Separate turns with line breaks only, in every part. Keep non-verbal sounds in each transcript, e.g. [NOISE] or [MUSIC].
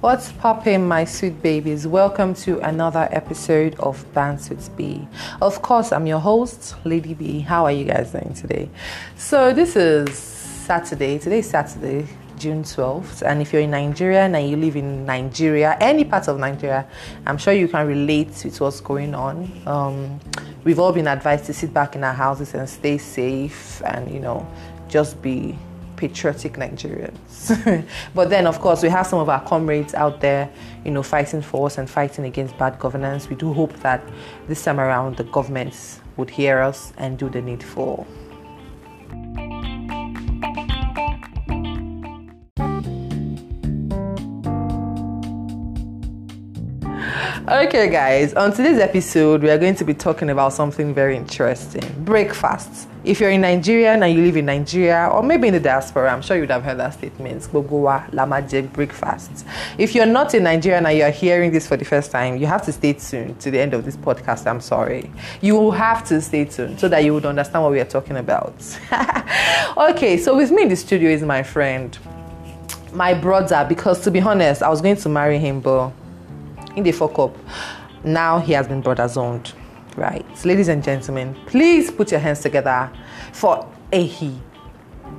What's poppin', my sweet babies? Welcome to another episode of Dance with B. Of course, I'm your host, Lady B. How are you guys doing today? So, this is Saturday. Today's Saturday, June 12th. And if you're in Nigeria and you live in Nigeria, any part of Nigeria, I'm sure you can relate with what's going on. Um, we've all been advised to sit back in our houses and stay safe and, you know, just be patriotic Nigerians. [LAUGHS] but then, of course, we have some of our comrades out there, you know, fighting for us and fighting against bad governance. We do hope that this time around the governments would hear us and do the needful. Okay, guys, on today's episode, we are going to be talking about something very interesting breakfast. If you're in Nigeria and you live in Nigeria, or maybe in the diaspora, I'm sure you'd have heard that statement Gogowa Lama Jek breakfast. If you're not in Nigeria and you're hearing this for the first time, you have to stay tuned to the end of this podcast. I'm sorry. You will have to stay tuned so that you would understand what we are talking about. [LAUGHS] okay, so with me in the studio is my friend, my brother, because to be honest, I was going to marry him, but in the fuck up. Now he has been brother zoned. Right. Ladies and gentlemen, please put your hands together for Ehi,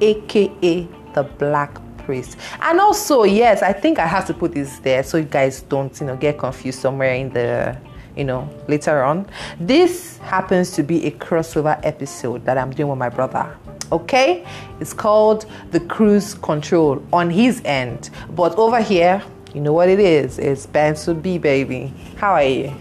aka the black priest. And also, yes, I think I have to put this there so you guys don't, you know, get confused somewhere in the you know, later on. This happens to be a crossover episode that I'm doing with my brother. Okay? It's called The Cruise Control on his end. But over here, you know what it is? It's Bansu B baby. How are you?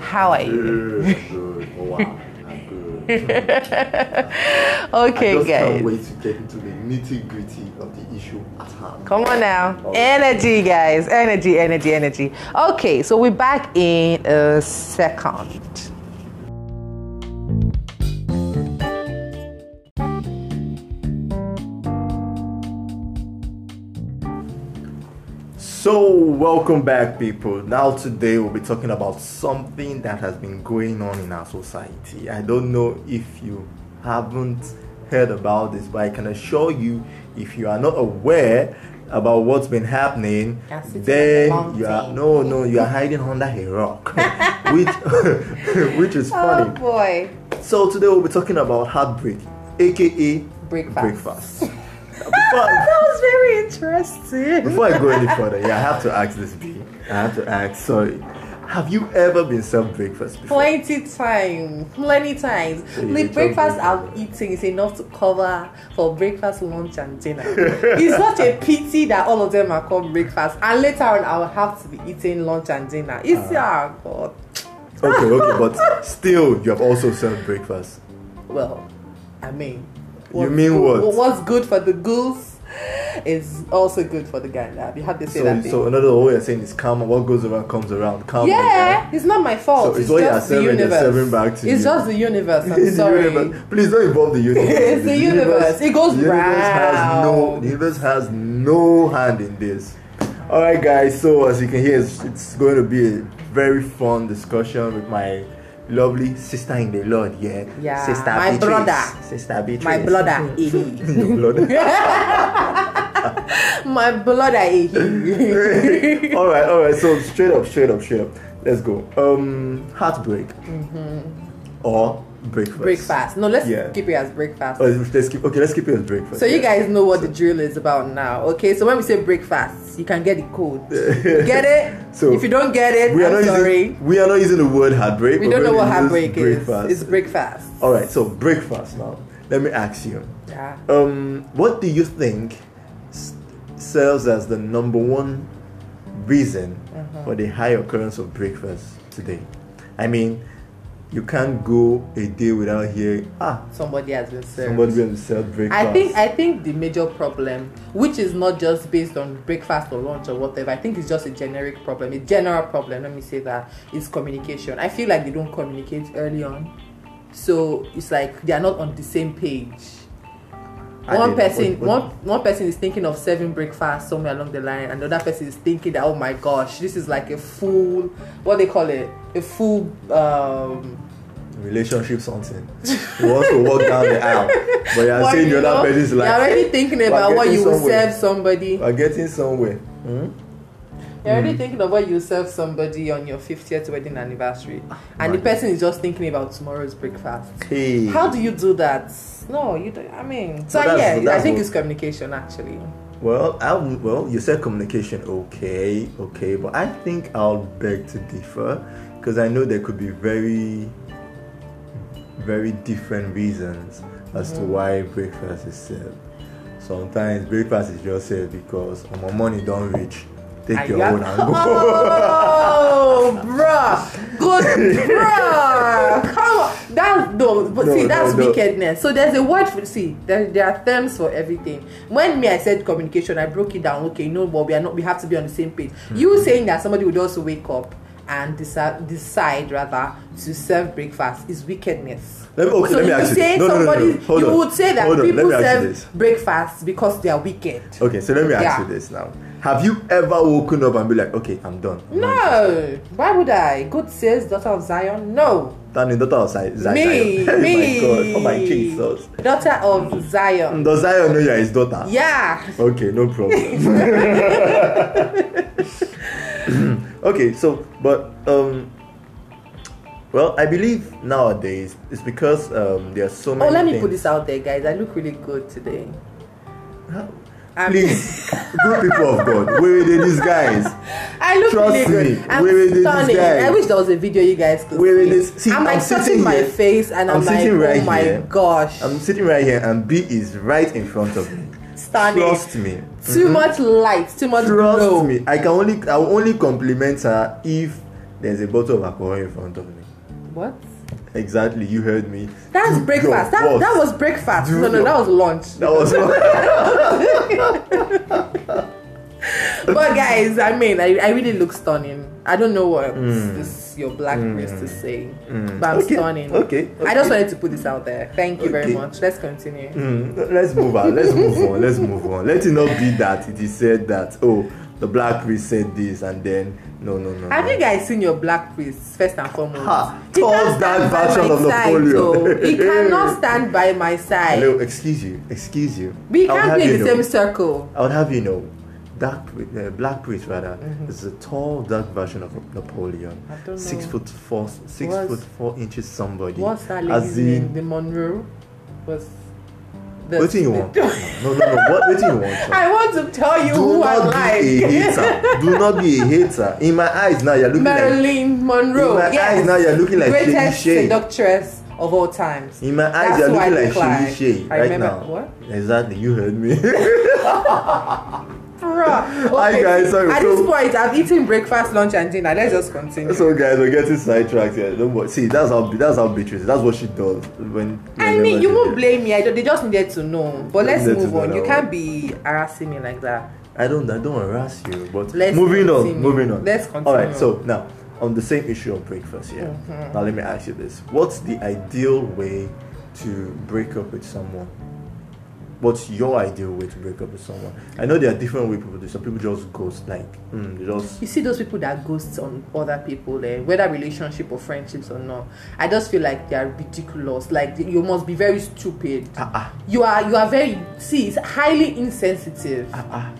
How are you?
Good, good. Oh, wow. I'm good. I
Okay,
just can't
guys.
wait to get into the nitty gritty of the issue at hand.
Come on now.
Oh.
Energy, guys. Energy, energy, energy. Okay, so we're back in a second.
So, welcome back, people. Now, today we'll be talking about something that has been going on in our society. I don't know if you haven't heard about this, but I can assure you, if you are not aware about what's been happening,
That's it, it's a long
then you are
thing.
no, no, you are hiding under a rock, [LAUGHS] which, [LAUGHS] which is funny.
Oh, boy.
So today we'll be talking about heartbreak, aka
Breakfast.
breakfast. before,
That was very interesting.
before I go any further, yeah, I have to ask this B. I have to ask, sorry. Have you ever been served breakfast before?
Plenty time, plenty times.
So you
the
eat
breakfast
all
I'm eating is enough to cover for breakfast, lunch, and dinner. [LAUGHS] it's such a pity that all of them are called breakfast, and later on I will have to be eating lunch and dinner. It's
Ah.
yeah, God.
Okay, okay, but still you have also served breakfast.
Well, I mean,
You mean
good-
what?
What's good for the goose is also good for the gander. You have to say
So,
that. thing.
so another way you're saying is karma. What goes around comes around. Karma.
yeah, it's not my fault.
So it's what you're
just the
serving, they're
universe.
serving back to
it's
you.
just the
[LAUGHS]
universe. I'm
It's the
sorry.
universe. Please don't involve the universe.
[LAUGHS] It's the
The
universe. It goes
the universe Has no,
round.
the universe has no hand in this. All right, guys. So as you can hear, it's, it's going to be a very fun discussion with my lovely sister in the Lord. Yeah.
Yeah,
Sister
my
Beatrice.
brother.
Sister Beatrice.
My
[LAUGHS]
brother, eh. [LAUGHS]
Your brother.
my blood, eh.
[LAUGHS] all right, all right. So straight up, straight up, straight up. Let's go. Um, heartbreak or breakfast.
Mm-hmm. breakfast. No, let's
Yeah.
keep it as breakfast.
Oh, let's keep. Okay, let's keep it as breakfast.
So you
yeah.
guys know what the drill is about now, okay? So when we say breakfast, you can get the
[LAUGHS]
code. You get it?
So,
if you don't get it,
We are
I'm
not
sorry.
using we are not using the word heartbreak.
we
we're
don't know
going
what
to use
heartbreak is.
breakfast.
It's breakfast.
All right, so breakfast now. Let me ask you.
Yeah.
Um, what do you think s- serves as the number one reason
Uh-huh.
for the high occurrence of breakfast today? I mean, you can't go a day without hearing ah
Somebody has been served.
somebody will sell breakfast.
I think I think the major problem, which is not just based on breakfast or lunch or whatever, I think it's just a generic problem, a general problem. Let me say that is communication. I feel like they don't communicate early on, so it's like they are not on the same page. One
I did. What-
person,
what-
one one person is thinking of serving breakfast somewhere along the line, and the other person is thinking that oh my gosh, this is like a full what they call it, a full um,
relationship something. you want to walk down the aisle, but
[LAUGHS]
you're
Well,
saying
you
the
know,
other person is
you're
like
already thinking
"We're
about what you
getting
will
somewhere." Hmm?
serve somebody.
We're getting somewhere.
You're already thinking of what you serve somebody on your 50th wedding anniversary, and the person is just thinking about tomorrow's breakfast.
Hey.
How do you do that? No, you don't. I mean, so
Mm. that's-
yeah, I
that's
think
what-
it's communication actually.
Well, I w- well, you said communication, okay, okay, but I think I'll beg to differ because I know there could be very, very different reasons as
Hmm.
to why breakfast is served. Sometimes breakfast is just served because oh, my money don't reach. Take
And
your
you
own
have- [LAUGHS]
and go.
Oh, bruh. Good, bruh. Come on. That's, no, but
No,
see,
no,
that's
no.
wickedness. So there's a word for, see, there, there are terms for everything. When me, I said communication, I broke it down. Okay, you know what? We are not, we have to be on the same page.
Mm-hmm.
You saying that somebody would also wake up and decide, decide rather to serve breakfast is wickedness.
Let me, okay,
so
let me
you
ask you.
say
no, no, no, no,
somebody,
no. Hold
you
on.
would say that
Hold on.
people
let me ask you
serve
this.
breakfast because they are wicked.
Okay, so let me ask
Yeah.
you this now. Have you ever woken up and be like, okay, I'm done. I'm not
No, why would I? God says, daughter of Zion. No,
Danny, daughter of Zion.
me,
Zion. [LAUGHS] oh
me.
my god. Oh my Jesus. Mm.
Daughter of Zion.
Does Zion know you're his daughter?
Yeah.
Okay, no problem. [LAUGHS] okay, so but um well I believe nowadays it's because um there are so
Oh,
many
let me
things-
put this out there, guys. I look really good today. I'm-
[LAUGHS] Please, good people of God, wait, wait, these guys.
[LAUGHS] I look
Trust
really
me,
good. I'm
we will do this,
stunning.
guys.
I wish there was a video you guys could
We will
see.
do- see,
I'm
I'm
like
sitting
touching my
here.
face and
I'm
I'm, like,
sitting right
oh my
here.
gosh,
I'm sitting right here and B is right in front of me.
stunning.
Trust me.
Too much light, too much
Trust
glow.
me. I can only I will only compliment her if there's a bottle of alcohol in front of me.
What?
Exactly, you heard me.
That's
Do
breakfast.
your
That, that was
worst.
breakfast.
Do
no, no,
your-
that was lunch.
That was not.
but guys, I mean, I, I really look stunning. I don't know what this your black priest is saying, but I'm
Hmm. Okay,
stunning.
okay,
I just
okay.
wanted to put this out there. Thank you very
Okay.
much. Let's continue.
Mm, [LAUGHS] let's move on. Let's move on. Let's move on. Let it not be that it is said that oh the black priest said this and then no no no.
Have
no.
you guys seen your black priest first and foremost?
Ha,
He
towards
can't
that
stand by
version
my
of Napoleon.
side, though.
[LAUGHS]
He cannot stand by my side.
Hello, excuse you, excuse you.
We
I would
can't
have
be
you
in the
know-
same circle.
I would have you know, Dark, Pri- uh, Black Priest rather is a tall, dark version of Napoleon.
Mm-hmm. I don't
Six
know.
foot four, six
What's-
foot four inches. Somebody.
What's that lady's
As
name?
in,
The Monroe was. The,
what do you
the- [LAUGHS]
want? no, no, no. What, what do you want?
I want to tell you
Do
who I
not
like.
be a hater. [LAUGHS] Do not be a hater. In my eyes now, you're looking like.
Marilyn Monroe.
In my
yes.
eyes now, you're looking like Shady
greatest
Shay.
seductress of all times.
In my eyes,
That's
you're
who I
looking like
look like.
Shay Shay
I
right
remember-
now.
what?
Exactly, you heard me. [LAUGHS]
Bruh.
Hi,
Okay.
guys, sorry,
At
so-
this point, I've eaten breakfast, lunch, and dinner. Let's just continue.
so guys, we're getting sidetracked here. Don't worry. See, that's how that's how Beatrice. That's what she does when.
I
whenever
mean, you
she
won't
did.
blame me. I don't, they just needed to know. But
They
let's
needed to
move
know
on.
that
You
one.
can't be harassing me like that.
I don't I don't harass you, but
Let's
moving on,
continue.
moving on.
Let's
All
continue.
right,
Mm-hmm.
so now on the same issue of breakfast, yeah. Now let me ask you this: What's the ideal way to break up with someone? What's your ideal way to break up with someone? I know there are different way people do. Some people just ghost, like mm, they just
You see those people that ghost on other people, eh, whether relationship or friendships or not. I just feel like they are ridiculous. Like you must be very stupid.
ah ah
You are you are very see it's highly insensitive.
ah ah.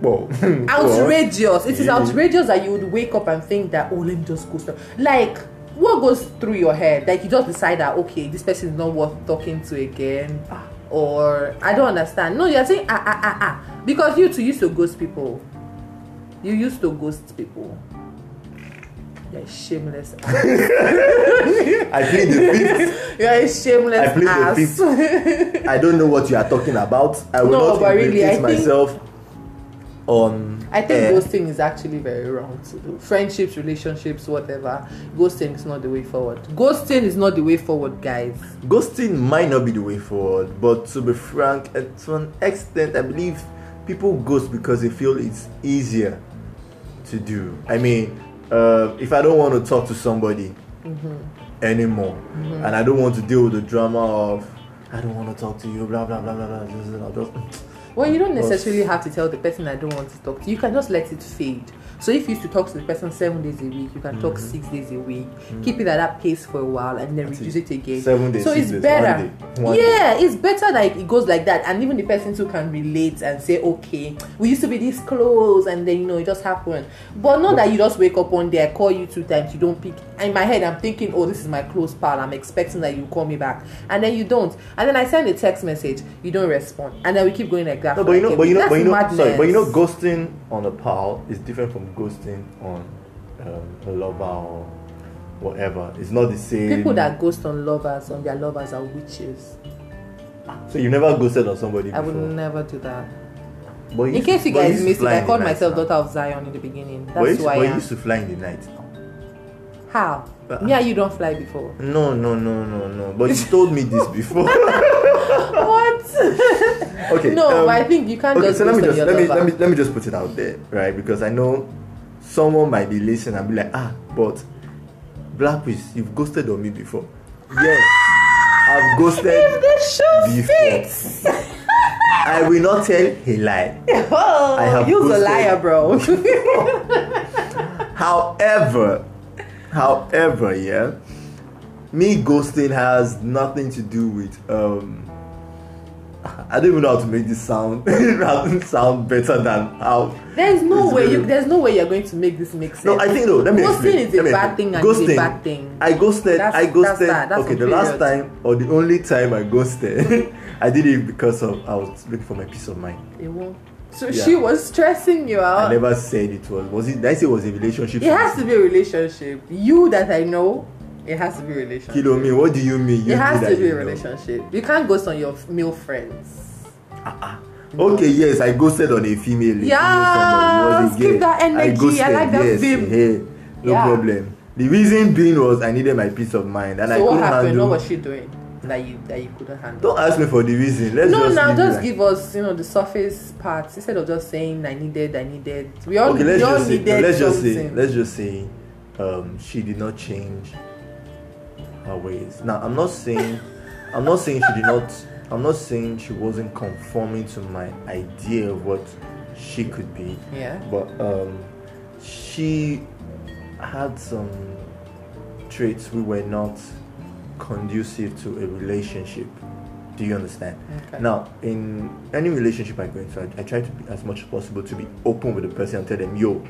Well,
outrageous. It is
Yeah.
outrageous that you would wake up and think that, oh, let me just go. Stop. Like, what goes through your head? Like, you just decide that, okay, this person is not worth talking to again.
Ah.
Or, I don't understand. No, you're saying, ah, ah, ah, ah. Because you two used to ghost people. You used to ghost people. You're a shameless
[LAUGHS]
ass.
I plead the fifth.
You're a
I
shameless
plead the
ass. [LAUGHS]
fifth. I don't know what you are talking about. I will
No,
not
but really,
implicate
I think-
myself on.
I
air.
think ghosting is actually very wrong to do. Friendships, relationships, whatever. Ghosting is not the way forward. Ghosting is not the way forward, guys.
Ghosting might not be the way forward, but to be frank, and to an extent, I believe people ghost because they feel it's easier to do. I mean, uh, if I don't want
Mm-hmm.
to talk to somebody anymore, and I don't want to deal with the drama of I don't want to talk to you, blah, blah, blah, blah, blah. Just, you know,
[LAUGHS]
just,
Well, you don't
Because-
necessarily have to tell the person I don't want to talk to. You can just let it fade. So if you used to talk to the person seven days a week, you can talk
Mm-hmm.
six days a week. Keep it at that pace for a while and then
That's
reduce
it.
it again.
Mm-hmm. Seven days,
So
six
it's
days,
better.
one day, one
yeah, it's better like it goes like that, and even the person too can relate and say, okay, we used to be this close, and then you know it just happened. But not that you just wake up one day, I call you two times, you don't pick. In my head, I'm thinking, oh, this is my close pal. I'm expecting that you call me back, and then you don't. And then I send a text message, you don't respond, and then we keep going like that.
No,
for
but you
like
know,
a
but you
week.
know, but you know,
That's
sorry, but you know,
madness.
ghosting on a pal is different from ghosting on um, a lover or whatever. It's not the same.
people that ghost on lovers on their lovers are witches.
so you never ghosted on somebody
I
before.
would never do that.
But
In
used-
case you
but
guys
used to
missed it,
fly in
I
the
called
night
myself
now.
daughter of Zion in the beginning.
But
That's
used-
who I
but
am.
used to fly in the night now.
How?
But-
Me and you don't fly
[LAUGHS]
before.
No, no, no, no, no.
[LAUGHS]
But you told me this before. [LAUGHS]
what?
okay.
no,
um,
but I think you can't
okay,
just
so let
ghost
me
on
just
your
let me,
lover.
let me let me just put it out there, right? Because I know someone might be listening and be like, ah, but Black Witch, you've ghosted on me before. Yes, I've
If
ghosted.
this show
Before.
sticks,
I will not tell a lie.
oh,
I have
you're a
ghosted.
liar, bro.
[LAUGHS] However, however, yeah, me ghosting has nothing to do with um. I don't even know how to make this sound [LAUGHS] sound better than how.
there's no
It's
way.
very-
You, there's no way you're going to make this make sense.
No, I think no. Let me
Ghosting
explain.
is a
Let me
bad
explain.
thing and
ghosting,
it's a bad thing.
I ghosted.
That's-
I ghosted.
that's that, that's
okay,
on
the
period.
last time or the only time I ghosted, [LAUGHS] I did it because of I was looking for my peace of mind.
It won't. So
Yeah.
she was stressing you
I
out.
never said it was. Was it? Did I say it was a relationship.
Uh, It has to be a relationship. You that I know, it has to be a relationship.
Kilo me. What do you mean? You
it has
do
to
that
be
you
a
know?
relationship. You can't ghost on your f- male friends.
Uh-uh. Okay, yes, I ghosted on a female. a female
Yes,
somebody, it was a
keep
girl.
that energy, I like that
yes,
vim.
Hey, no
Yeah.
problem. The reason being was I needed my peace of mind, and I
so
couldn't
what happened?
handle.
What was she doing that you that you couldn't handle?
Don't ask me for the reason. Let's
no,
just
now
leave it
just
like-
give us you know the surface parts instead of just saying I needed, I needed. We all,
okay,
we
let's
all
just say,
needed
let's just
something.
say, let's just say, um, she did not change her ways. Now, I'm not saying, I'm not saying she did not, I'm not saying she wasn't conforming to my idea of what she could be,
yeah.
but um, she had some traits we were not conducive to a relationship. Do you understand?
Okay.
Now, in any relationship I go into, I, I try to be as much as possible to be open with the person and tell them, yo,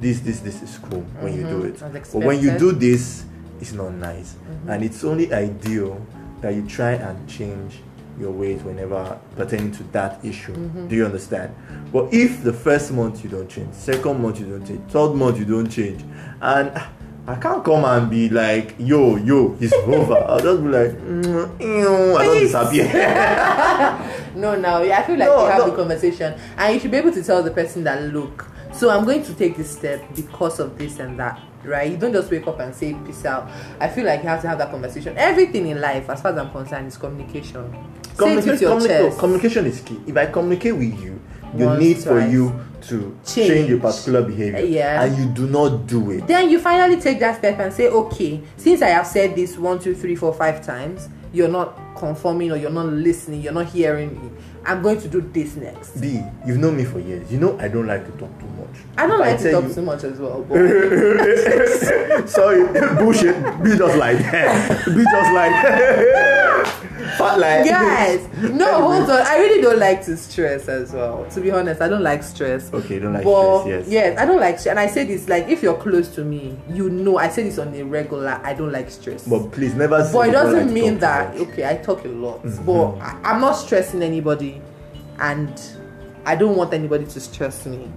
this, this, this is cool when you do
Mhm,
it.
as
But when
expected.
you
Mm-hmm.
do this, it's not nice. And it's only ideal that you try and change your ways whenever pertaining to that issue.
Mm-hmm.
Do you understand? But if the first month you don't change, second month you don't change, third month you don't change, and ah, I can't come and be like, yo, yo, it's [LAUGHS] over. I'll just be like, mm, ew, I don't
Please.
[LAUGHS] disappear.
No, no. I feel like
No,
you have
no.
the conversation, and you should be able to tell the person that look. So I'm going to take this step because of this and that, right? You don't just wake up and say peace out. I feel like you have to have that conversation. Everything in life, as far as I'm concerned, is communication. Say it with your
communi-
chest.
no, communication is key. If I communicate with you, you
Once,
need for
twice.
you to
Change. Uh,
change. your particular behavior,
Yeah.
and you do not do it.
then you finally take that step and say, okay, since I have said this one, two, three, four, five times, you're not conforming or you're not listening, you're not hearing me. I'm going to do this next.
B, you've known me for years. You know I don't like to talk too much.
I don't
If
like to
tell
talk
you- [LAUGHS]
too much as well. But [LAUGHS]
Sorry, bullshit. Be just like that. Be just like [LAUGHS] Fat like
guys no hold on i really don't like to stress as well to be honest i don't like stress
Okay, you don't like
but
stress, yes.
i don't like stress and i say this like if you're close to me you know i say this on a regular i don't like stress
But please never say
but it
you don't
doesn't
like to
mean
talk Mm-hmm. too
that
much.
okay i talk a lot but I, i'm not stressing anybody and i don't want anybody to stress me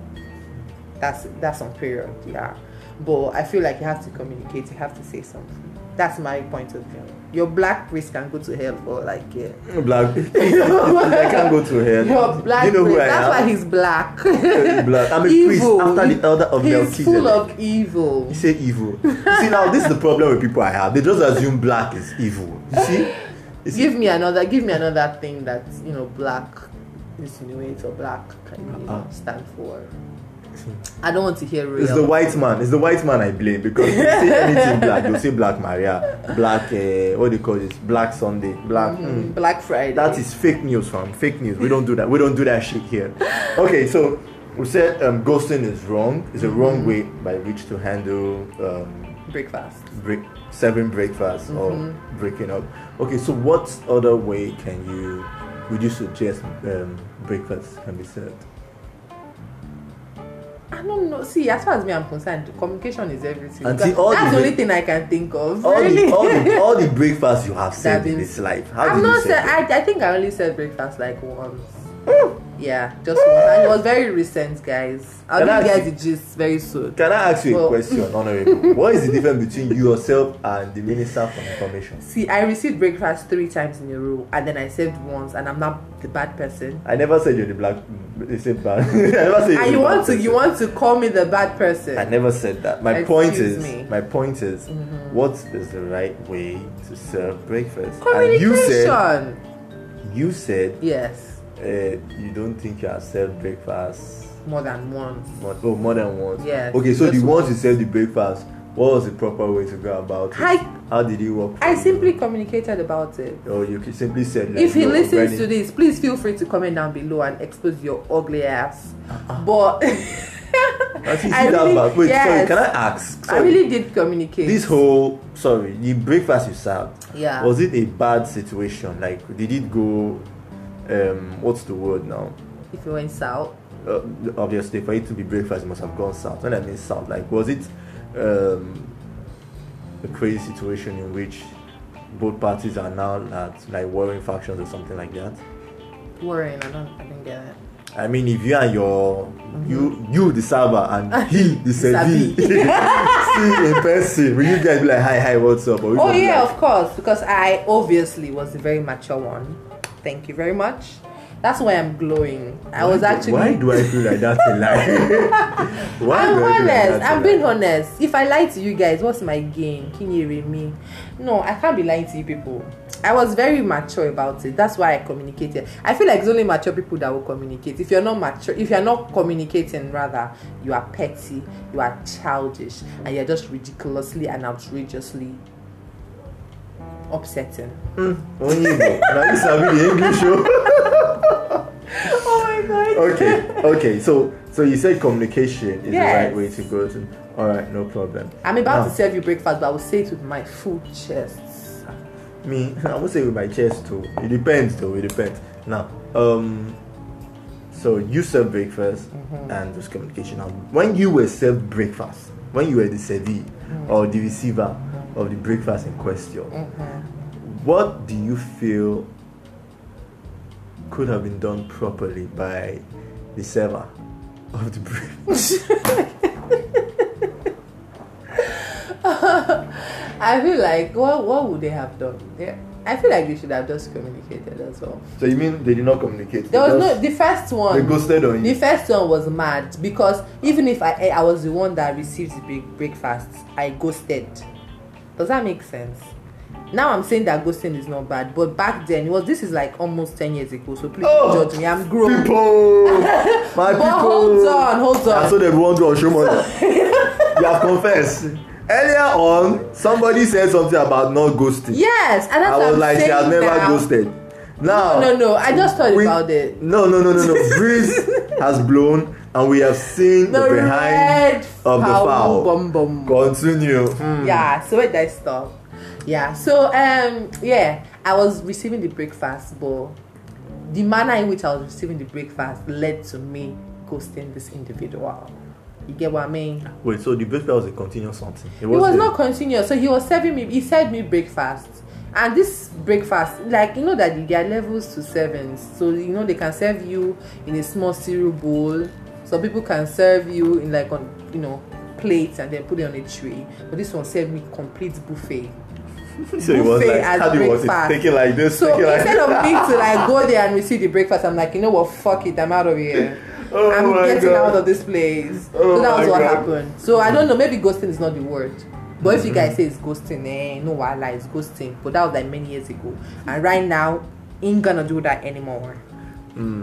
that's that's on period yeah but i feel like you have to communicate you have to say something that's my point of view your black wrist can go to hell for like yeah
Black. [LAUGHS] I can't go to hell.
your black
you know who
priest.
I
That's
am?
why he's black.
black.
[LAUGHS]
I'm a
evil.
priest after the elder of
he's
Melchizedek.
full of evil.
You say evil. You see now this is the problem with people I have. They just assume black is evil. You see? You see?
Give me another. Give me another thing that you know black insinuates or black can you know,
Uh-uh.
stand for. [LAUGHS] I don't want to hear real.
It's the white man. It's the white man I blame because you
[LAUGHS]
say anything black, you say Black Maria, Black, uh, what do you call this? Black Sunday, Black. mm.
Mm-hmm. Black Friday.
That is fake news, fam. Fake news. We don't do that. We don't do that shit here. Okay, so we said um, ghosting is wrong. It's a
Mm-hmm.
wrong way by which to handle um,
breakfast.
break, serving breakfast
Mm-hmm.
or breaking up. Okay, so what other way can you? Would you suggest um, breakfast can be served?
I don't know. See, as far as me I'm concerned, communication is everything.
And
Because
see, all
that's the
the re-
only thing I can think of.
All
really.
the all
[LAUGHS]
the all the breakfasts you have served in
means-
this life. How
I've
did you
not
serve
said.
it?
I, I think I only said breakfast like once.
Mm.
Yeah, just once. And it was very recent, guys. I'll
Can I
give you
ask
guys the gist very soon.
Can I ask you a
Well- [LAUGHS]
question, Honorable? what is the difference between yourself and the Minister for Information?
See, I received breakfast three times in a row, and then I saved once, and I'm not the bad person.
I never said you're the black. They said bad. [LAUGHS] I never said. you're
And
the
you
black
want to, you
person.
want to call me the bad person.
I never said that. My point
Excuse
is,
me. Mm-hmm.
my point is, what is the right way to serve breakfast? And
Communication.
you said, you said,
yes,
uh, you don't think you have served breakfast
more than once.
more, oh, more than once.
Yes,
Okay, so the
just
once you served the breakfast, what was the proper way to go about it?
I-
How did it work? for
I
you?
simply communicated about it.
Oh, you simply said. like,
if he
no,
listens
Brenny-
to this, please feel free to comment down below and expose your ugly ass.
Uh-huh.
But [LAUGHS]
Actually, see
I
that
really-
back. Wait, sorry,
yes.
can I ask?
I
Sorry,
really did communicate.
this whole sorry, the breakfast you served.
Yeah.
Was it a bad situation? Like, did it go? Um, what's the word now?
if it went south,
Uh, obviously, for it to be breakfast, it must have gone south. When I mean south, like, was it um, a crazy situation in which both parties are now at like warring factions or something like that?
worrying. I don't. I didn't get it.
I mean, if you and your you you the server and
[LAUGHS]
he the servee
Sabi.
see [LAUGHS] in person, will you guys be like hi hi what's up? Or you
Oh
gonna be
yeah,
like,
of course, because I obviously was a very mature one. Thank you very much. That's why I'm glowing. I was
why do-
actually.
Why do I feel like that's a lie?
[LAUGHS]
[LAUGHS] why
I'm
do I feel like
honest.
that's a
I'm
lie?
being honest. If I lie to you guys, what's my gain? Can you read me? No, I can't be lying to you people. I was very mature about it. That's why I communicated. I feel like it's only mature people that will communicate. If you're not mature, if you're not communicating, rather, you are petty, you are childish, and you're just ridiculously and outrageously
[LAUGHS]
upsetting.
Onyibo. now Oh, you sabi the English show. [LAUGHS]
Oh my god.
okay, okay. So so you said communication is the right
Yes.
way to go to. All right, no problem.
I'm about
Now,
to serve you breakfast, but I will say it with my full chest.
me i won't say with my chest too it depends though it depends now um so you serve breakfast
Mm-hmm.
and there's communication now when you were served breakfast when you were the servee
Mm-hmm.
or the receiver of the breakfast in question
Mm.
what do you feel could have been done properly by the server of the breakfast [LAUGHS]
I feel like what what would they have done? Yeah. I feel like they should have just communicated as well.
so you mean they did not communicate
There was no
Just-
the first one.
they ghosted on
The
you
first one was mad because even if I I was the one that received the big breakfast, I ghosted. Does that make sense? Now I'm saying that ghosting is not bad, but back then it was this is like almost ten years ago, so please don't
Oh,
judge me. I'm grown.
people
[LAUGHS]
my people
But hold on, hold on.
I saw them run through Oshun Mother. you have confessed. Earlier on, somebody said something about not ghosting.
yes, and that's
I
what
was
I'm
like, she
saying
has never
now.
ghosted.
No,
Now,
no, no. I just thought
we-
about it.
No, no, no,
[LAUGHS]
no, no. Breeze has blown, and we have seen the,
The
behind
red
of the
foul
foul.
bum bum.
Continue. Hmm.
yeah so wait that stop yeah so um yeah i was receiving the breakfast but the manner in which i was receiving the breakfast led to me ghosting this individual you get what i mean
Wait, so the breakfast was a continuous something. It
it was
a-
not continuous so he was serving me he served me breakfast and this breakfast like you know that there are levels to servings so you know they can serve you in a small cereal bowl some people can serve you in like on you know plates and then put it on a tray but this one served me complete buffet
So it was
buffet
like,
as
how do you want it?
breakfast.
Take it like this.
So
take it like
instead of me to like go
[LAUGHS]
there and receive the breakfast, I'm like, you know what, fuck it, I'm out of here.
Oh
I'm
my
getting
God.
out of this place.
Oh
so that was
my
what
God.
happened. So I don't know, maybe ghosting is not the word. But if you guys say it's ghosting, eh, no wahala, it's ghosting. But that was like many years ago. And right now, ain't gonna do that anymore.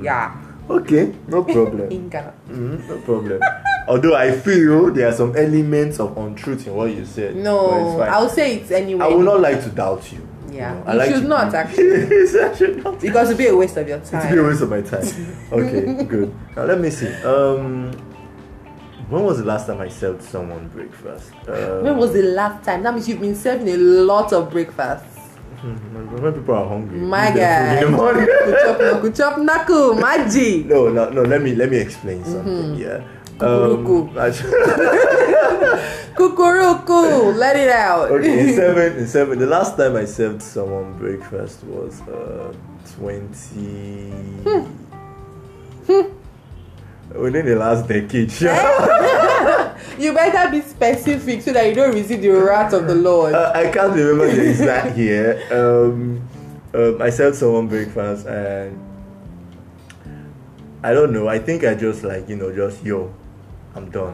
Yeah.
[LAUGHS] Hmm. Okay, no problem.
Ain't gonna.
Mm, no problem. [LAUGHS] Although I feel there are some elements of untruth in what you said. but it's
No,
fine.
I'll say it anyway.
I would not like to doubt you.
Yeah.
you, know. I
You
like
should
to
not,
be-
actually.
[LAUGHS] yes, I should not.
Because it'd be a waste of your time.
It's be a waste of my time.
[LAUGHS]
Okay, good. Now let me see. Um, when was the last time I served someone breakfast? Um,
When was the last time? That means you've been serving a lot of breakfasts.
mm-hmm, when when people are hungry?
My
[LAUGHS] eat their
guy.
food in the morning.
Kuchop na kuchop naku, maji.
no, no, no. Let me let me explain
Mm-hmm.
something. Yeah. Um,
Kukuruku.
I- [LAUGHS]
Kukuruku, let it out. [LAUGHS]
okay, in seven, in seven. The last time I served someone breakfast was uh, twenty.
Hmm.
Within the last decade, sure.
Eh? you better be specific so that you don't receive the wrath of the Lord.
Uh, [LAUGHS] I can't remember the exact year. Um, um, I served someone breakfast and I don't know. I think I just like you know just yo, I'm done.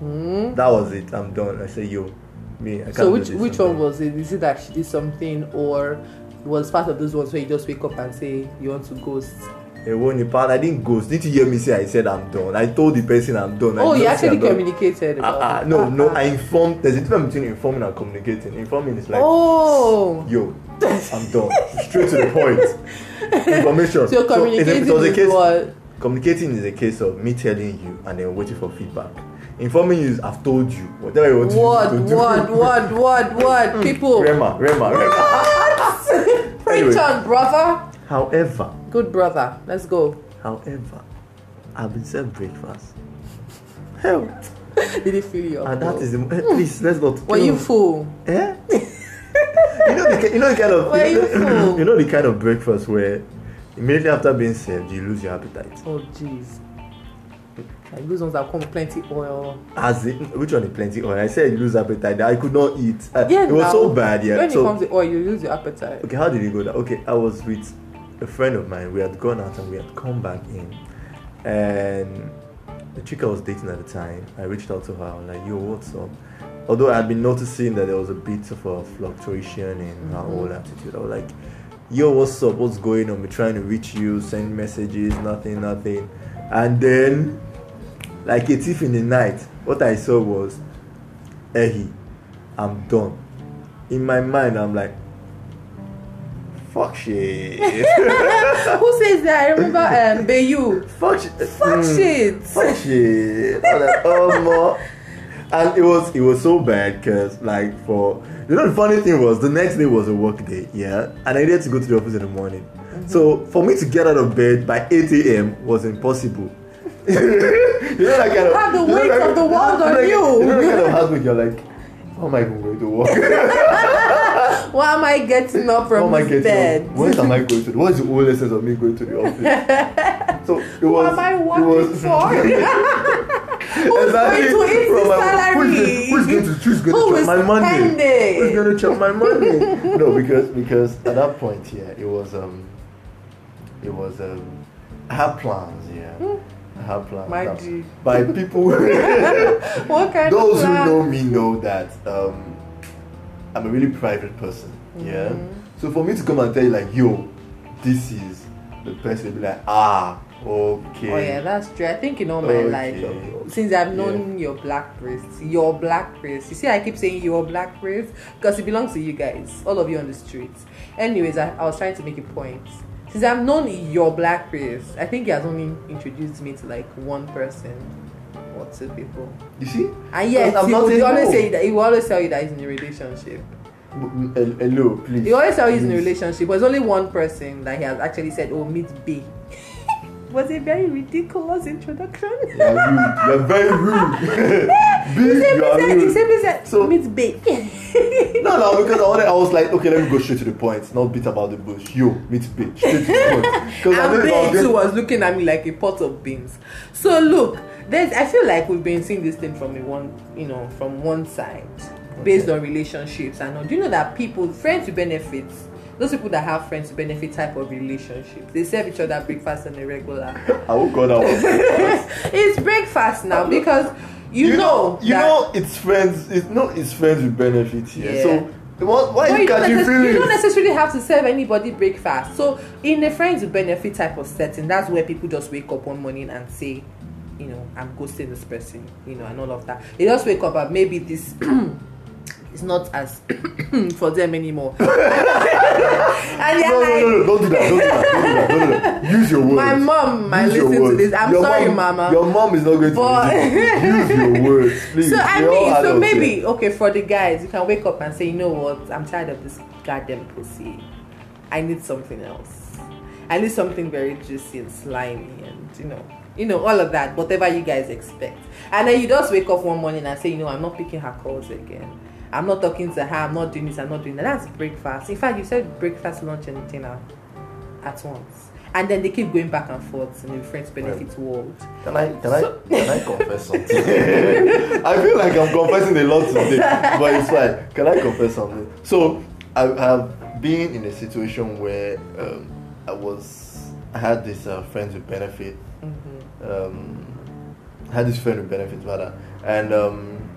Hmm?
That was it. I'm done. I say yo, me. I can't
So
do
which
this,
which
I'm
one
done."
was it? Is it that she did something or it was part of those ones where you just wake up and say you want to ghost?
It won't I didn't ghost. Did you hear me say I said I'm done? I told the person I'm done. I
oh, you
didn't say
actually
I'm done.
communicated
Ah,
about
ah,
it.
no,
Ah,
no.
ah.
I informed. There's a difference between informing and communicating. Informing is like
Oh.
yo, I'm done. Straight to the point.
So
Information. So if
communicating
it was a
is
case-
what?
Communicating is a case of me telling you and then waiting for feedback. Informing you is I've told you whatever you want
What,
to do. to do. [LAUGHS]
what, what, what, what, people?
Rema, Rema, Rema.
Preach
Anyway.
on, brother.
However,
Good brother. Let's go.
however, I've been served breakfast. Hell,
Did it fill you up?
and that
though?
is the mo- eh, please let's not.
Were you fool?
Eh? [LAUGHS] you know the ki- you know the kind of
Were you
you know,
full?
you know the kind of breakfast where immediately after being served you lose your appetite.
Oh, jeez. Like those ones that come with plenty oil.
As in, which one is plenty? Or I said you lose appetite. that I could not eat. Uh,
Yeah,
it was
now,
so bad. Yeah.
When
so
it comes to oil, you lose your
[LAUGHS]
appetite.
Okay, how did it go down? Okay, I was with a friend of mine. We had gone out and we had come back in. And the chick I was dating at the time, I reached out to her. I was like, yo, what's up? Although I had been noticing that there was a bit of a fluctuation in her whole attitude. I was like, yo, what's up? What's going on? We're trying to reach you, send messages, nothing, nothing. And then, like a thief in the night, what I saw was, Ehi, I'm done. In my mind, I'm like,
[LAUGHS]
Fuck shit.
Who says that? I remember um, Bayou.
fuck shit.
Fuck shit.
Fuck shit. I'm like, oh more. And it was it was so bad because like for you know the funny thing was the next day was a work day, yeah, and I needed to go to the office in the morning.
Mm-hmm.
So for me to get out of bed by 8 a.m. was impossible. [LAUGHS] you know that kind of
have the
you know
weight
that-
of the world on
know that-
you.
[LAUGHS] You know that kind of husband you're like, how am I even going to work?
Why am I getting up
How
from
am I
this
getting
bed?
up? When am I going to? What is the whole essence of me going to the
[LAUGHS]
office? So it
Who
was.
am I
it
working
was-
for? Who's going to eat
From
this
my- who is
salary?
going- Who is going to choose going
Who
to
is
chop my money?
spending?
Who is going to chop my money?
[LAUGHS]
no, because because at that point, yeah, it was um, it was um, I had plans, yeah,
Hmm.
I had plans.
My
that-
G. [LAUGHS]
by people.
What kind of
those who
plan?
know me know that um, I'm a really private person. Yeah.
Mm-hmm.
So for me to come and tell you like, yo, this is the person, you'll be like, ah, okay.
Oh yeah, that's true. I think in all my
Okay.
life, since I've known your black race, your black race. You see, I keep saying your black race because it belongs to you guys, all of you on the streets. Anyways, I, I was trying to make a point. Since I've known your black race, I think he has only introduced me to like one person or two people.
You see?
And yes,
I'm
he
not
would
saying
always
no.
say that he will always tell you that he's in a relationship.
M- m- Hello, please.
He always tell you he's in a
Please.
relationship. But there's only one person that he has actually said, "Oh, meet B." [LAUGHS] Was a very ridiculous introduction.
You are rude. You are very
[LAUGHS]
rude. [LAUGHS]
He
Bitch, you are
said, he
rude.
said, he said,
So-
meet
[LAUGHS]
babe.
No, no, because I wanted, I was like, okay, let me go straight to the point. Not beat about the bush. Yo, meet bitch. Straight to the
[LAUGHS]
point. Because I
and
know
babe
going
too was looking at me like a pot of beans. So look, there's I feel like we've been seeing this thing from a one, you know, from one side, based on relationships and all. Do you know that people, friends with benefits, those people that have friends with benefit type of relationships, they serve each other breakfast on a regular. [LAUGHS]
I will go that one.
it's breakfast now because you, know,
you
that-
know it's friends it's not it's friends with benefit here
Yeah.
so what, why
But you, don't
can't you
necess-
feel
you don't
it
necessarily have to serve anybody breakfast. So in a friends with benefit type of setting, that's where people just wake up one morning and say, you know, I'm ghosting this person, you know, and all of that. They just wake up and maybe this [CLEARS THROAT] is not as [CLEARS THROAT] for them anymore. [LAUGHS] and they're
No,
like,
no, no, no, don't do that. Don't do that. Don't do that. Don't do that. Use your words.
My mom might
Use your
listen to
words.
this. I'm
Your
sorry,
mom-
Mama.
Your mom is not going
But-
to listen. Use your words,
[LAUGHS]
please.
So I
We're all
mean, so
adults
maybe
here.
okay for the guys, you can wake up and say, you know what, I'm tired of this goddamn pussy. I need something else. I need something very juicy and slimy, and you know, you know all of that, whatever you guys expect. And then you just wake up one morning and say, you know, I'm not picking her calls again. I'm not talking to her. I'm not doing this. I'm not doing that. That's breakfast. In fact, you said breakfast, lunch, and dinner at once. And then they keep going back and forth in the friends benefit world.
Can I can I can I confess something? [LAUGHS] I feel like I'm confessing a lot today, but it's fine. Can I confess something? So I have been in a situation where um, I was I had this uh, friends with benefit.
Mm-hmm.
Um, I had this friend with benefits rather, and um,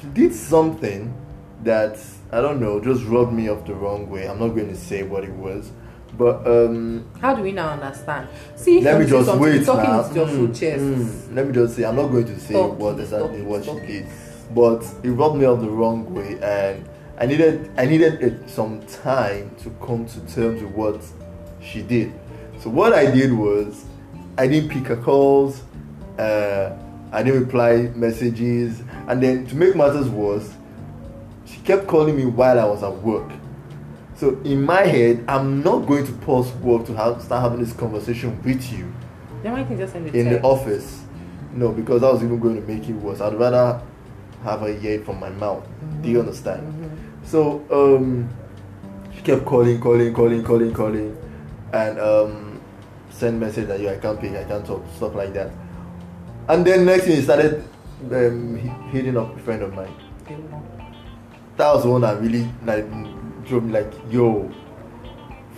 she did something that I don't know just rubbed me up the wrong way. I'm not going to say what it was, but um,
How do we now understand? See, if
let
you
me
see
just
something,
wait
talking
now.
is just
Mm,
full chest.
mm. Let me just say, I'm not going to say
Talk,
what exactly
talk,
what
talk.
she did, but it rubbed me up the wrong way, and I needed I needed it some time to come to terms with what she did. So what I did was, I didn't pick her calls, uh, I didn't reply messages, and then to make matters worse, she kept calling me while I was at work. So in my head, I'm not going to pause work to have, start having this conversation with you
Then why can't you just send a
in the
text?
office. No, because that was even going to make it worse. I'd rather have a yell from my mouth. Do
Mm-hmm.
you understand? So um, she kept calling, calling, calling, calling, calling, and um, send message that you I can't pick, I can't talk, stuff like that. And then next thing, he started um, hi- hitting up a friend of mine. That was the one that really like drove me like, yo,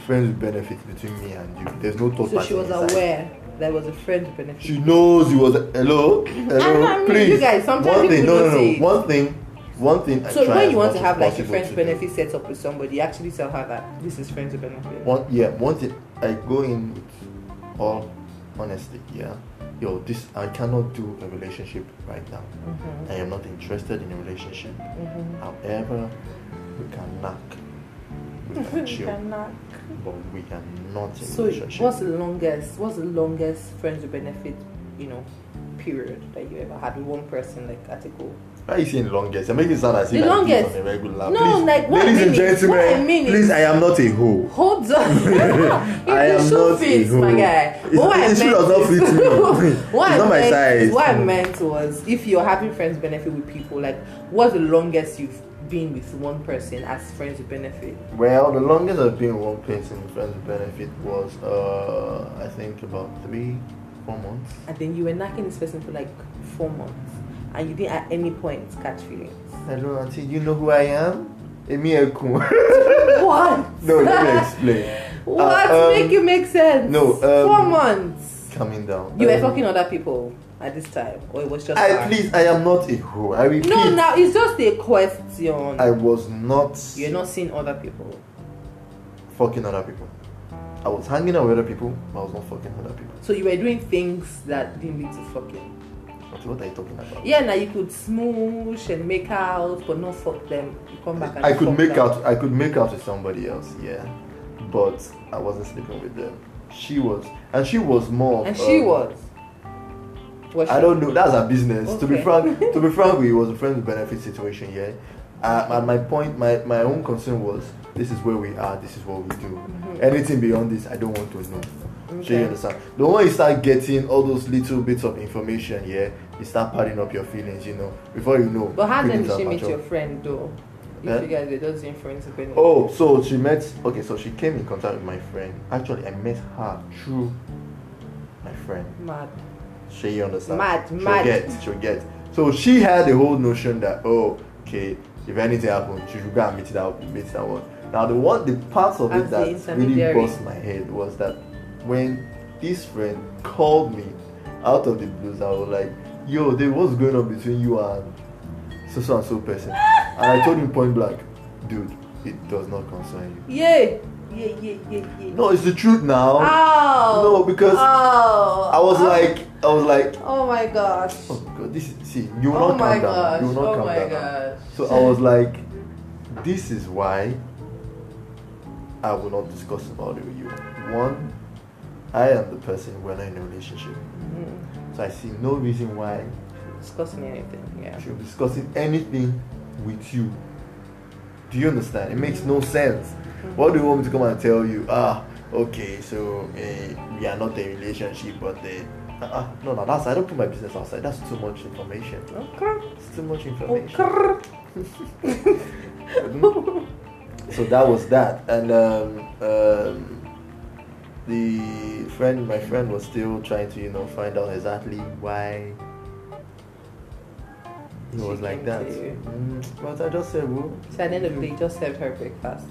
friends with benefits between me and you. There's no third
So
party
she was
inside.
aware there was a friend benefit.
She knows he was hello, hello.
I mean,
please,
you guys, sometimes
one thing,
people
no,
don't
no,
say
no,
it.
one thing, one thing. I
so
try
when
as
you want
much
to
as
have like a
possible
friends
to do.
benefit set up with somebody, you actually tell her that this is friends benefit.
One, yeah, one thing. I go in with all honesty. Yeah, yo, this I cannot do a relationship right now.
Mhm,
I am not interested in a relationship.
mhm.
However, we can knock,
[LAUGHS]
we can chill,
Mm-hmm. Cannot.
but we are not in
So
a relationship.
what's the longest? What's the longest friends with benefit? You know, period that you ever had with one person like at a go.
Why are you saying longest? You're making it sound as if
The
I do this
longest.
on a regular.
No,
please.
like, what I
ladies and
mean is- what
gentlemen,
I mean is-
please, I am not a hoe.
Hold on.
[LAUGHS]
[LAUGHS] If
I
the
am
shoe
not a
fits, my
hoe.
guy.
It's-
What I
the shoe
meant
does not
is-
fit me.
[LAUGHS] what
It's
I
not my
meant-
size.
What I
Mm.
meant was, if you're having friends benefit with people, like, what's the longest you've been with one person as friends with benefit?
Well, the longest I've been with one place in friends with benefit was, uh, I think about three, four months.
And then you were knocking this person for like four months, and you didn't at any point catch feelings.
Hello, auntie. You know who I am? Emi Ekun. [LAUGHS]
What?
no, let me explain.
[LAUGHS] what?
Uh, um,
Make it make sense.
no, um,
four months.
Coming down.
You were
Um,
fucking other people at this time, or it was just. her?
I please. I am not a hoe. I repeat.
No, now it's just a question.
I was not
You're not seeing other people.
fucking other people. I was hanging out with other people. But I was not fucking other people.
So you were doing things that didn't lead to fucking.
Auntie, what are you talking about?
Yeah, now you could smoosh and make out, but not fuck them. You come back and
I could
fuck
make
them.
out I could make out with somebody else, yeah. But I wasn't sleeping with them. She was and she was more of,
And she
um,
was. was
I don't know, that's her business. To be
Okay.
frank
[LAUGHS]
to be frank with you, it was a friends with benefit situation, yeah. Uh, at my point my, my own concern was this is where we are, this is what we do.
Mhm.
Anything beyond this I don't want to know. So you
Okay.
understand? The moment you start getting all those little bits of information, yeah, you start padding up your feelings, you know. Before you know,
But how then
feelings
did
are
she meet
mature.
your friend though? If
Eh?
you guys were just doing friends with benefit.
Oh, so she met. Okay, so she came in contact with my friend. Actually, I met her through my friend.
Mad.
She you understand?
Mad,
she'll
mad.
get. She'll get. So she had the whole notion that oh, okay, if anything happens, she should go and meet that meet that one. Now the one the part of
As
it
the
that really
intermediary.
bust my head was that when this friend called me out of the blues, I was like, yo, dude, what's going on between you and so so and so person? and I told him point blank, dude, it does not concern you.
Yeah. Yeah, yeah, yeah, yeah.
No, it's the truth now.
Oh.
No, because
oh.
I was
Oh.
like, I was like,
Oh my gosh.
oh god, this is, see, you will
oh
not
my
calm
gosh.
down. You will not
oh
calm
my
down.
gosh.
So I was like, this is why I will not discuss about it with you. One, I am the person we're not in a relationship.
Mm,
So I see no reason why
discuss me anything. Yeah.
I should be discussing anything with you. Do you understand? It makes no sense. What do you want me to come and tell you? Ah, okay, so eh, we are not in a relationship, but eh, uh, uh, no, no, that's I don't put my business outside. That's too much information.
Okay.
It's too much information.
Okay.
Mhm. so that was that and um, um, the friend my friend was still trying to you know find out exactly why he
She
was like
came
that
to you.
mm, but i just said well
So at the end of the day, just serve her breakfast.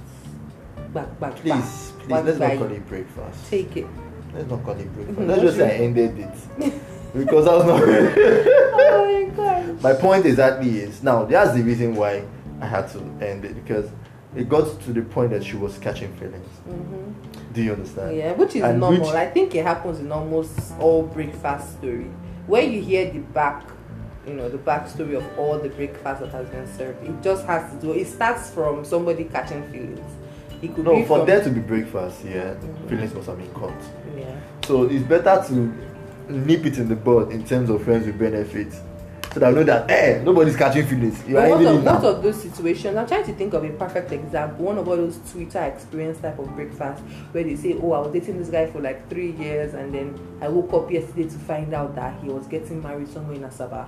Back, back, back.
please please
One
let's not
bite.
call it breakfast
Take
[LAUGHS]
it.
let's not call
[LAUGHS]
it breakfast
Mhm,
let's just say i ended
[LAUGHS]
it because i was not
Oh my gosh.
My point exactly is now that's the reason why I had to end it because it got to the point that she was catching feelings.
Mhm.
Do you understand?
Yeah, which is
And
normal.
which-
I think it happens in almost all breakfast story. When you hear the back, you know, the backstory of all the breakfast that has been served, it just has to do. It starts from somebody catching feelings. It could
No,
be
for
from,
there to be breakfast, yeah,
Mhm.
feelings must have been caught.
Yeah.
So it's better to nip it in the bud in terms of friends with benefits, so that I know that eh, nobody's catching feelings. You are
But what
ending
of,
it
what
now. [LAUGHS]
of those situations? I'm trying to think of a perfect example. One of all those Twitter experience type of breakfast where they say, Oh, I was dating this guy for like three years and then I woke up yesterday to find out that he was getting married somewhere in
[LAUGHS]
Asaba.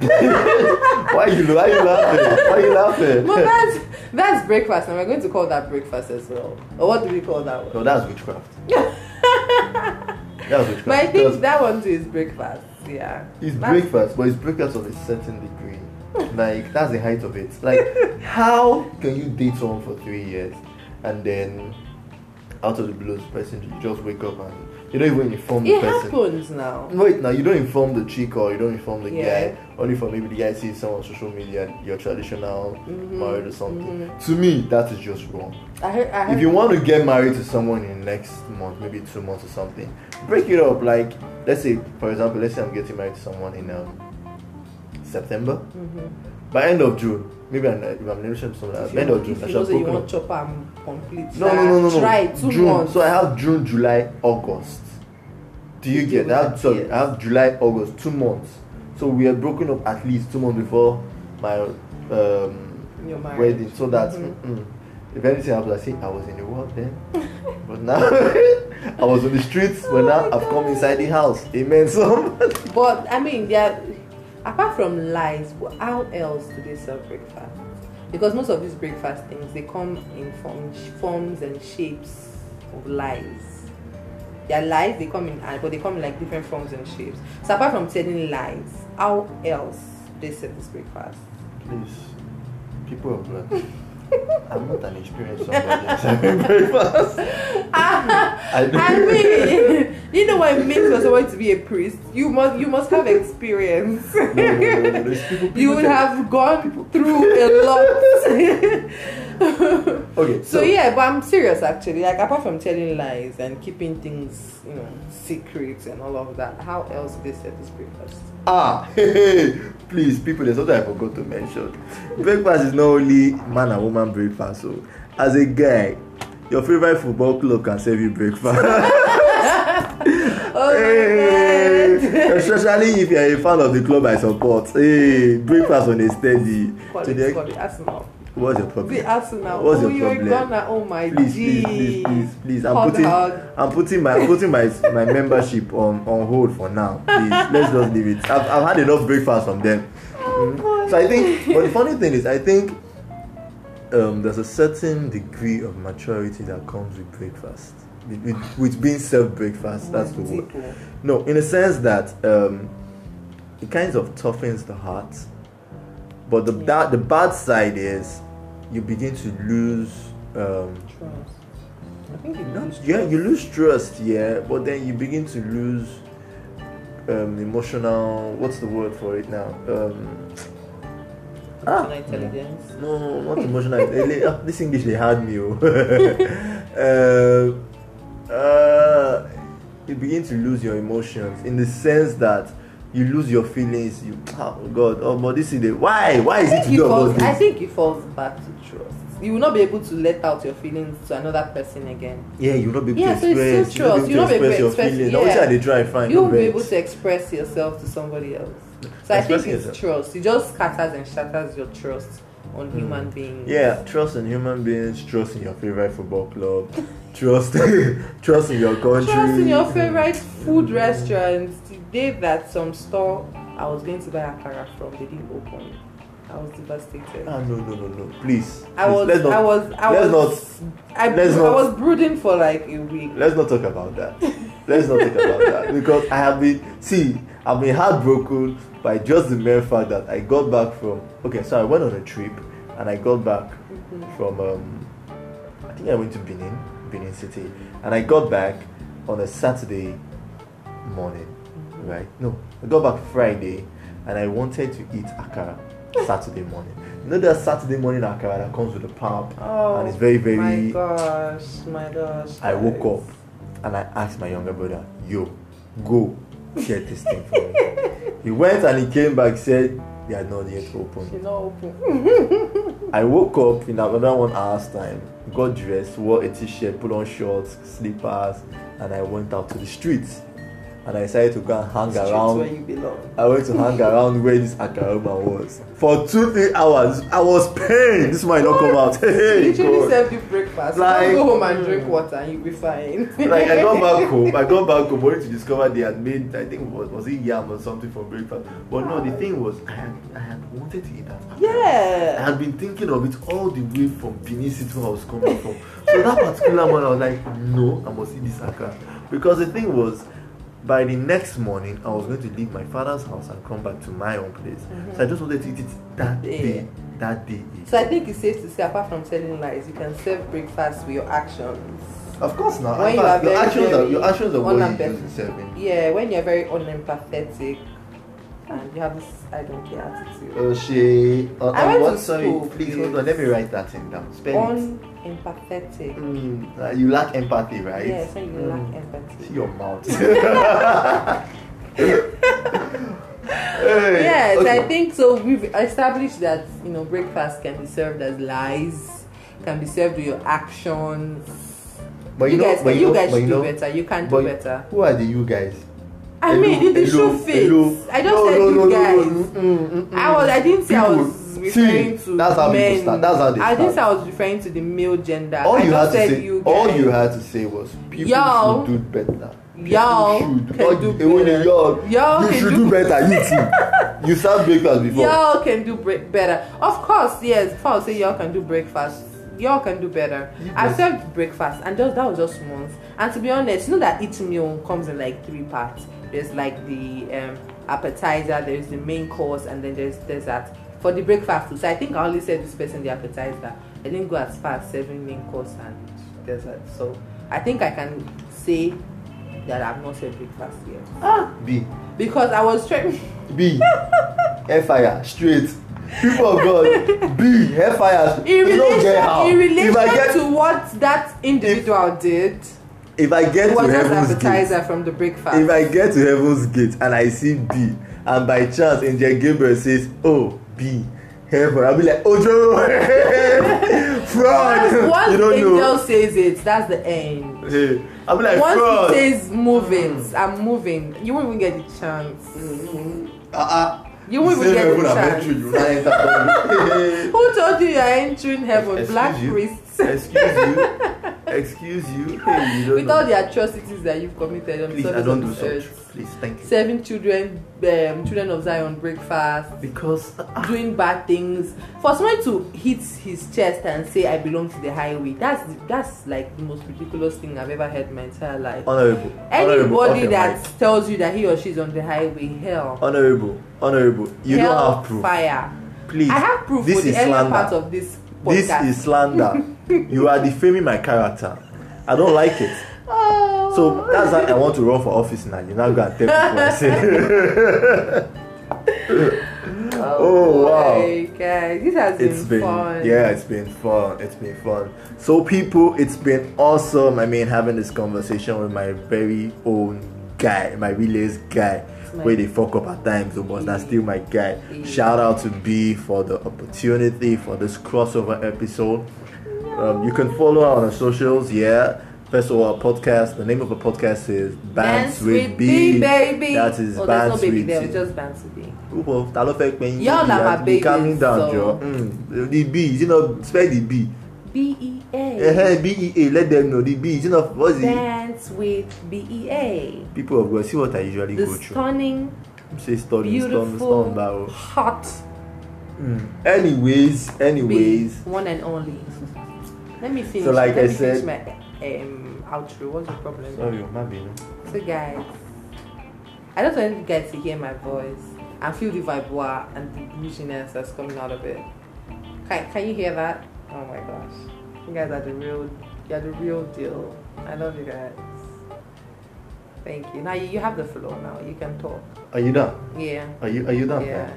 Why you why you laughing? Why you
Well,
laughing?
that's that's breakfast, and we're going to call that breakfast as well. Or what do we call that one?
[LAUGHS] No, that's
[LAUGHS]
witchcraft. that's witchcraft.
But I
Because-
think that one too is breakfast. Yeah.
It's
That's- Hmm.
breakfast, but it's breakfast of a certain degree. Like that's the height of it.
[LAUGHS]
Like how can you date someone for three years and then out of the blue, this person you just wake up and you don't even inform the
It
person.
happens now.
Wait now, you don't inform the chick or you don't inform the
Yeah.
guy. Only for maybe the guy sees someone on social media, your traditional
Mhm,
married or something. To me, that is just wrong.
I heard. I heard
If you want to get married to someone in next month, maybe two months or something, break it up. Like, let's say, for example, let's say I'm getting married to someone in um, September.
Mhm.
By end of June, maybe I'm, if I'm in a relationship with someone,
If
by end
you,
of June,
if
I
you
shall
know
have
that you
broken
want
up.
chop and complete.
No, no, no, no, no.
Try two
June.
months.
So I have June, July, August. Do you
You
get?
will
I have,
have
sorry,
years.
I have July, August, two months. So we are broken up at least two months before my um,
Your marriage.
wedding so that
Mhm.
mm-mm. if anything happens, I say I was in the world then, but now [LAUGHS] I was on the streets, but
Oh
now
my
I've come
God.
inside the house. Amen. So
But I mean, yeah. Apart from lies, wh- how else do they serve breakfast? Because most of these breakfast things they come in form, forms and shapes of lies. Their lies they come in, uh, but they come in like different forms and shapes. So apart from telling lies, how else they serve this breakfast?
please, people
[LAUGHS]
of God, I'm not an experienced somebody. in serving breakfast. I do.
[LAUGHS] I mean, [LAUGHS] you know what it means for someone to be a priest. You must, you must have experience.
[LAUGHS] No, no, no, no, no. There's
[LAUGHS]
people, people
you would
tell-
have gone through a [LAUGHS] lot.
Okay,
so yeah, but I'm serious actually. Like apart from telling lies and keeping things, you know, secret and all of that, how else do they set this breakfast?
Ah, [LAUGHS] please, people, there's something I forgot to mention. Breakfast is not only man and woman breakfast. So, as a guy, your favorite football club can serve you breakfast.
Oh
Hey,
my god! [LAUGHS]
especially if you're a fan of the club I support. Hey, breakfast on a steady.
Call
To
it,
the-
call it Arsenal.
What's your problem?
The Arsenal.
What's
oh,
your
you're
problem?
Ghana. Oh my
Please,
G.
please, please, please, please. I'm
Hot
putting,
hug.
I'm putting my, I'm putting my, my membership on, on hold for now. Please, let's just leave it. I've, I've had enough breakfast from them. Mm. So I think, but the funny thing is, I think um, there's a certain degree of maturity that comes with breakfast, with, with, with being served breakfast. That's the word.
People.
No, in a sense that um, it kind of toughens the heart, but the
Yeah.
that, the bad side is you begin to lose. Um,
Trust. I think you
not-
lose
yeah,
trust.
you lose trust. Yeah, but then you begin to lose um, emotional. What's the word for it now? Um, Ah.
Emotional intelligence.
No, no, not emotional. Eh, le- ah, [LAUGHS] this English [LAUGHS] they had me. oh. uh, uh, you begin to lose your emotions in the sense that you lose your feelings. You, oh God, oh, but this is the why? Why is
I
it
think
to
it
do about
falls. I
this?
think it falls back to trust. You will not be able to let out your feelings to another person again.
Yeah, you will not be able
Yeah,
to
so it's
express.
still
You will not be able to express your feelings. Now,
yeah.
which are they trying to find?
you will
No
be
vex.
able to express yourself to somebody else. So I think
Expressing
it's
yourself. Hmm.
trust. It just scatters and shatters your trust on human beings.
Yeah, trust in human beings, trust in your favorite football club, [LAUGHS] trust trust in your country.
Trust in your favorite food restaurant. The day that some store I was going to buy akara from they didn't open, I was devastated.
Ah, no, no, no, no. Please.
I
please,
was,
let's not,
I was, I
let's
was, I,
let's
I
not-
was brooding for like a week.
Let's not talk about that. Let's not talk about that because I have been see I've been heartbroken by just the mere fact that I got back from okay so I went on a trip and I got back
Mm-hmm.
from um, I think I went to Benin Benin City and I got back on a Saturday morning right no I got back Friday and I wanted to eat akara Saturday morning you know that Saturday morning akara that comes with a pump
Oh,
and it's very very
my gosh, my gosh.
I woke
guys.
up and I asked my younger brother, yo, go get this
[LAUGHS]
thing for me. he went and he came back, said, they are not yet
She's
open.
not open.
I woke up in another one hour's time, got dressed, wore a t shirt, put on shorts, slippers, and I went out to the streets. And I decided to go and hang
Streets
around.
where you belong.
I went to hang around where this Akaroma was. For two, three hours, I was pained. This might not come out.
She
Hey,
literally
God.
served you breakfast.
Like-
Just go home and drink water and you'll be fine.
like I got back home, I got back home only to discover they had made I think was was it yam or something for breakfast. But no, the thing was I had I had wanted to eat that. akara. I
[LAUGHS] yeah.
had been thinking of it all the way from Benin City where I was coming from. so that particular morning I was like, no, I must eat this akara. Because the thing was by the next morning I was going to leave my father's house and come back to my own place. So I just wanted to eat it that
Mm-hmm. Yeah.
day. That day.
So I think it's safe to say, apart from telling lies, you can serve breakfast with your actions.
Of course not.
When
In
you
fact,
are
your
very,
actions are
very
your actions are what you
unambe-
use in serving.
Yeah, when you're very unempathetic and you have this I don't care attitude.
Oh, she. Uh,
I
uh,
went
what?
to
Sorry,
school,
please
please.
hold on. Let me write that thing down. Spell it.
Unempathetic.
Mm, uh, you lack empathy, right?
Yes, when you lack
Mm. See
empathy.
your mouth.
[LAUGHS]
Hey,
Yes,
okay.
I think so. We've established that you know breakfast can be served as lies, can be served with your actions.
But
you,
you, know,
guys,
but
you,
you, know,
guys
but
should
you know,
do better. You can
but
do better.
Who are the you guys?
I
Hello,
mean, you the
hello,
show fits.
hello.
I just
No,
said
no,
you
no, no,
guys.
no, mm, mm, mm.
I was. I didn't say I
People,
was referring
see,
to
that's how people
men.
start. That's how they
I didn't say I
start.
was referring to the male gender.
All
Uh, I
you
just
had to
said
say,
you guys.
all you had to say was people
Y'all.
should do better. People
Y'all
should.
can
All-
do
eh, when
better.
Y'all,
Y'all
you
can
should
do
do better. You too. You served breakfast before.
Y'all can do bre- better. Of course, yes. Before I say y'all can do breakfast, y'all can do better.
You
I
guys-
served breakfast, and just, that was just once. And to be honest, you know that each meal comes in like three parts. There's like the um, appetizer, there's the main course, and then there's dessert for the breakfast too. So I think I only said this person the appetizer. I didn't go as far as serving main course and dessert. So I think I can say that I've not said breakfast yet
B.
because I was trying. [LAUGHS]
B. Hellfire. Straight. People of God. B. Hellfire.
in
You don't get how.
relation, in relation
if I get
to what that individual did
if I
it
get to
was just
heaven's
appetizer
gate,
from the breakfast
if I get to heaven's gate and I see B, and by chance Angel Gabriel says, "Oh B, heaven," I'll be like, "Oh no, [LAUGHS] fraud."
once, once
[LAUGHS] you don't
angel
know.
says it that's the end
Hey, I'll be like,
once
fraud.
he says move it i'm moving you won't even get the chance
uh-uh.
You won't even
say
get the
heaven, I
chance.
met you, you not enter
[LAUGHS]
heaven.
who told you you're entering heaven
Excuse
black
you.
priests
Excuse you.
[LAUGHS]
Excuse you. Hey, you don't
with
know.
all the atrocities that you've committed on
Please,
the
I
surface
don't do
of
such.
this earth
Please, thank you.
serving children um, children of zion breakfast
Because uh,
Ah. doing bad things for someone to hit his chest and say i belong to the highway that's the, that's like the most ridiculous thing i've ever heard in my entire life
honorable, honorable, off
anybody
your
that
mic.
tells you that he or she's on the highway hell
honorable, honorable, you
hell
don't have proof.
fire
Please,
i have proof
This
for the
is
earlier
slander.
part of this
This
podcast
is
[LAUGHS]
slander. you are defaming my character. I don't like it.
oh.
So that's why I want to run for office now. You're not gonna
[LAUGHS]
tell people I say.
oh,
Oh, wow.
boy. guys, this has
It's
been,
been
fun.
yeah, it's been fun. It's been fun. So people, it's been awesome. I mean, having this conversation with my very own guy, my relays guy,
my-
where they fuck up at times, but that's still my guy.
Yeah.
Shout out to B for the opportunity for this crossover episode. Um, you can follow her on our socials. Yeah. First of all, our podcast. The name of the podcast is Bands, with, B.
baby.
That is
oh, there's no
Bands
baby
with
there,
B.
just Bands with B.
Ubo, ta ló fẹ́ pẹ́yìn?
Y'all are my babies,
Calming down,
so-
Joe. Mm. The B, you know, spell the B.
B E A.
Eh, B-E-A, let them know. The B, you know, what's the...
Bands with B E A.
People of God, see what I usually
The
go through.
stunning,
Say stun, stun,
beautiful,
stun, baro.
hot
Mm. Anyways,
B,
anyways.
one and only. Let me finish.
So like
Let
I
me
said-
finish my um, outro. What's the problem?
Sorry, má bínú.
So guys, I just want you guys to hear my voice and feel the vibe and the bouginess that's coming out of it. Can, can you hear that? Oh my gosh, you guys are the real, you're the real deal. I love you guys. Thank you. Now you, you have the floor. Now you can talk.
Are you done?
Yeah.
Are you, are you done?
Yeah.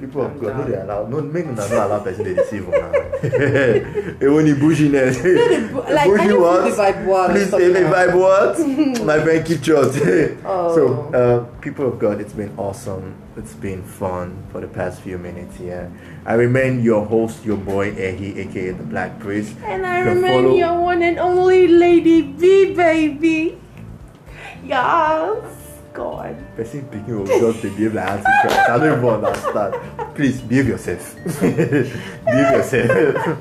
People of
I'm
God, no
done.
dey allow, no, make una no allow person dey deceive una. [LAUGHS] Ewo ni bushiness.
like, can you feel the vibe wall
Please
coming
tell me
out?
vibe
[LAUGHS]
what? My friend keep short.
Oh.
So, uh, people of God, it's been awesome. It's been fun for the past few minutes here. I remain your host, your boy Ehi, aka the Black Priest.
And I
You can
remain
follow-
your one and only Lady B, baby. Yes. God.
Person picking will just dey behave like antichrist. I don't even understand. Please behave yourself. [LAUGHS] behave yourself.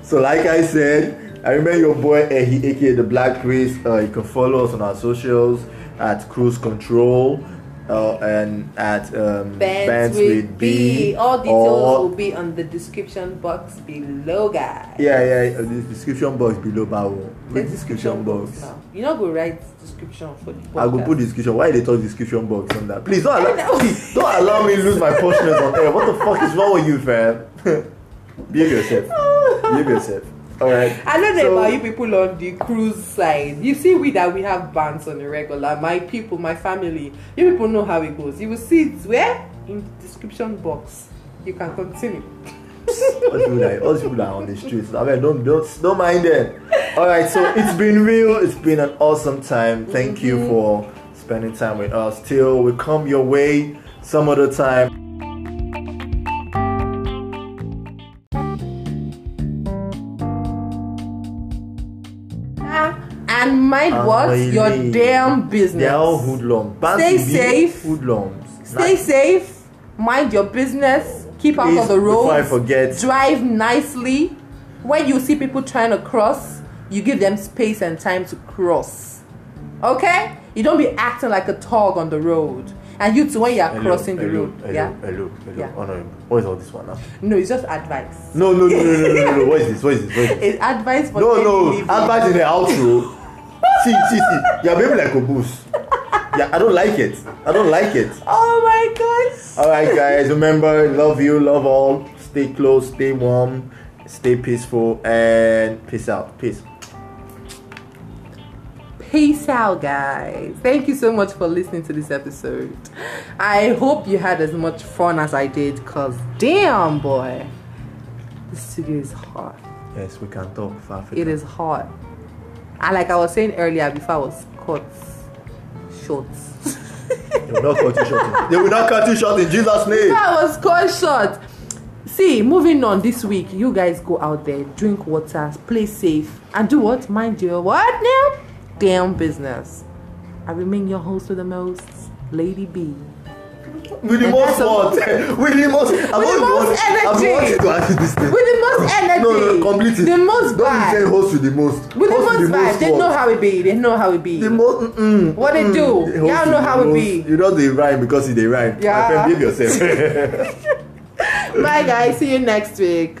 [LAUGHS] so, like I said, I remember your boy Ehi, aka the Black Chris. Uh, you can follow us on our socials at Cruise Control. Uh, and at um,
Bands, with, B. All details will be on the description box below, guys.
yeah, yeah, yeah, the description box below. Bawo.
The
Which description box.
now. You know, go write description for the podcast. [LAUGHS]
I go put description. Why they talk description box on that? Please don't
I know.
allow, please, don't allow me lose my portions on air. What the fuck is wrong with you, fam? [LAUGHS] Behave yourself. Behave yourself. All right.
I don't know
So- [LAUGHS]
about you people on the cruise side. You see, we that we have bands on the regular. My people, my family. You people know how it goes. You will see it where in the description box. You can continue.
all the people that all the people that are on the streets. I mean, don't don't don't mind them. All right, so it's been real. It's been an awesome time. Thank
Mm-hmm.
you for spending time with us. Till we come your way some other time.
Ah, And mind
And
what
really,
your damn business.
They are all hoodlums.
Stay
Bands be
safe.
Hoodlums.
Stay safe. Mind your business. Keep out
Please,
of the road.
before I forget.
Drive nicely. When you see people trying to cross, you give them space and time to cross. Okay? You don't be acting like a dog on the road. And you too, when you are
Hello,
crossing the
hello,
road,
Hello,
yeah.
hello, hello. Oh,
Yeah.
Honorable. What is all this one now?
No, it's just
[LAUGHS]
advice.
No, no, no, no, no, no, no. What is this? What is this? What is this?
It's advice for
No,
daily
no.
living.
Advice in the outro. see, see, see. You're behaving like a boost. Yeah, I don't like it. I don't like it.
Oh my gosh.
All right, guys. Remember, love you, love all. Stay close, stay warm, stay peaceful, and peace out. Peace.
Peace out, guys. Thank you so much for listening to this episode. I hope you had as much fun as I did because, damn, boy, the studio is hot.
Yes, we can talk for Africa.
It is hot. And like I was saying earlier, before I was cut short.
They will not cut you short. in- They will not cut you short in Jesus' name.
Before I was cut short. See, moving on this week, you guys go out there, drink water, play safe, and do what? Mind your what now? Damn business. I remain your host with the most, Lady B.
With the
And
most
that's all.
what? [LAUGHS] With the most. I've
With the
always
most
wanted-
energy.
I've wanted to ask this thing.
with the most energy.
No, no, complete it.
The most
Don't be saying
vibe.
host with the most.
With the
Host
most vibe. They
what?
know how it be. They know how it be.
The most. Mm,
What they do?
host
Y'all
with
know
the
how it
most.
be.
You know they rhyme because they rhyme.
Yeah.
[LAUGHS] I can give yourself.
Bye, guys. See you next week.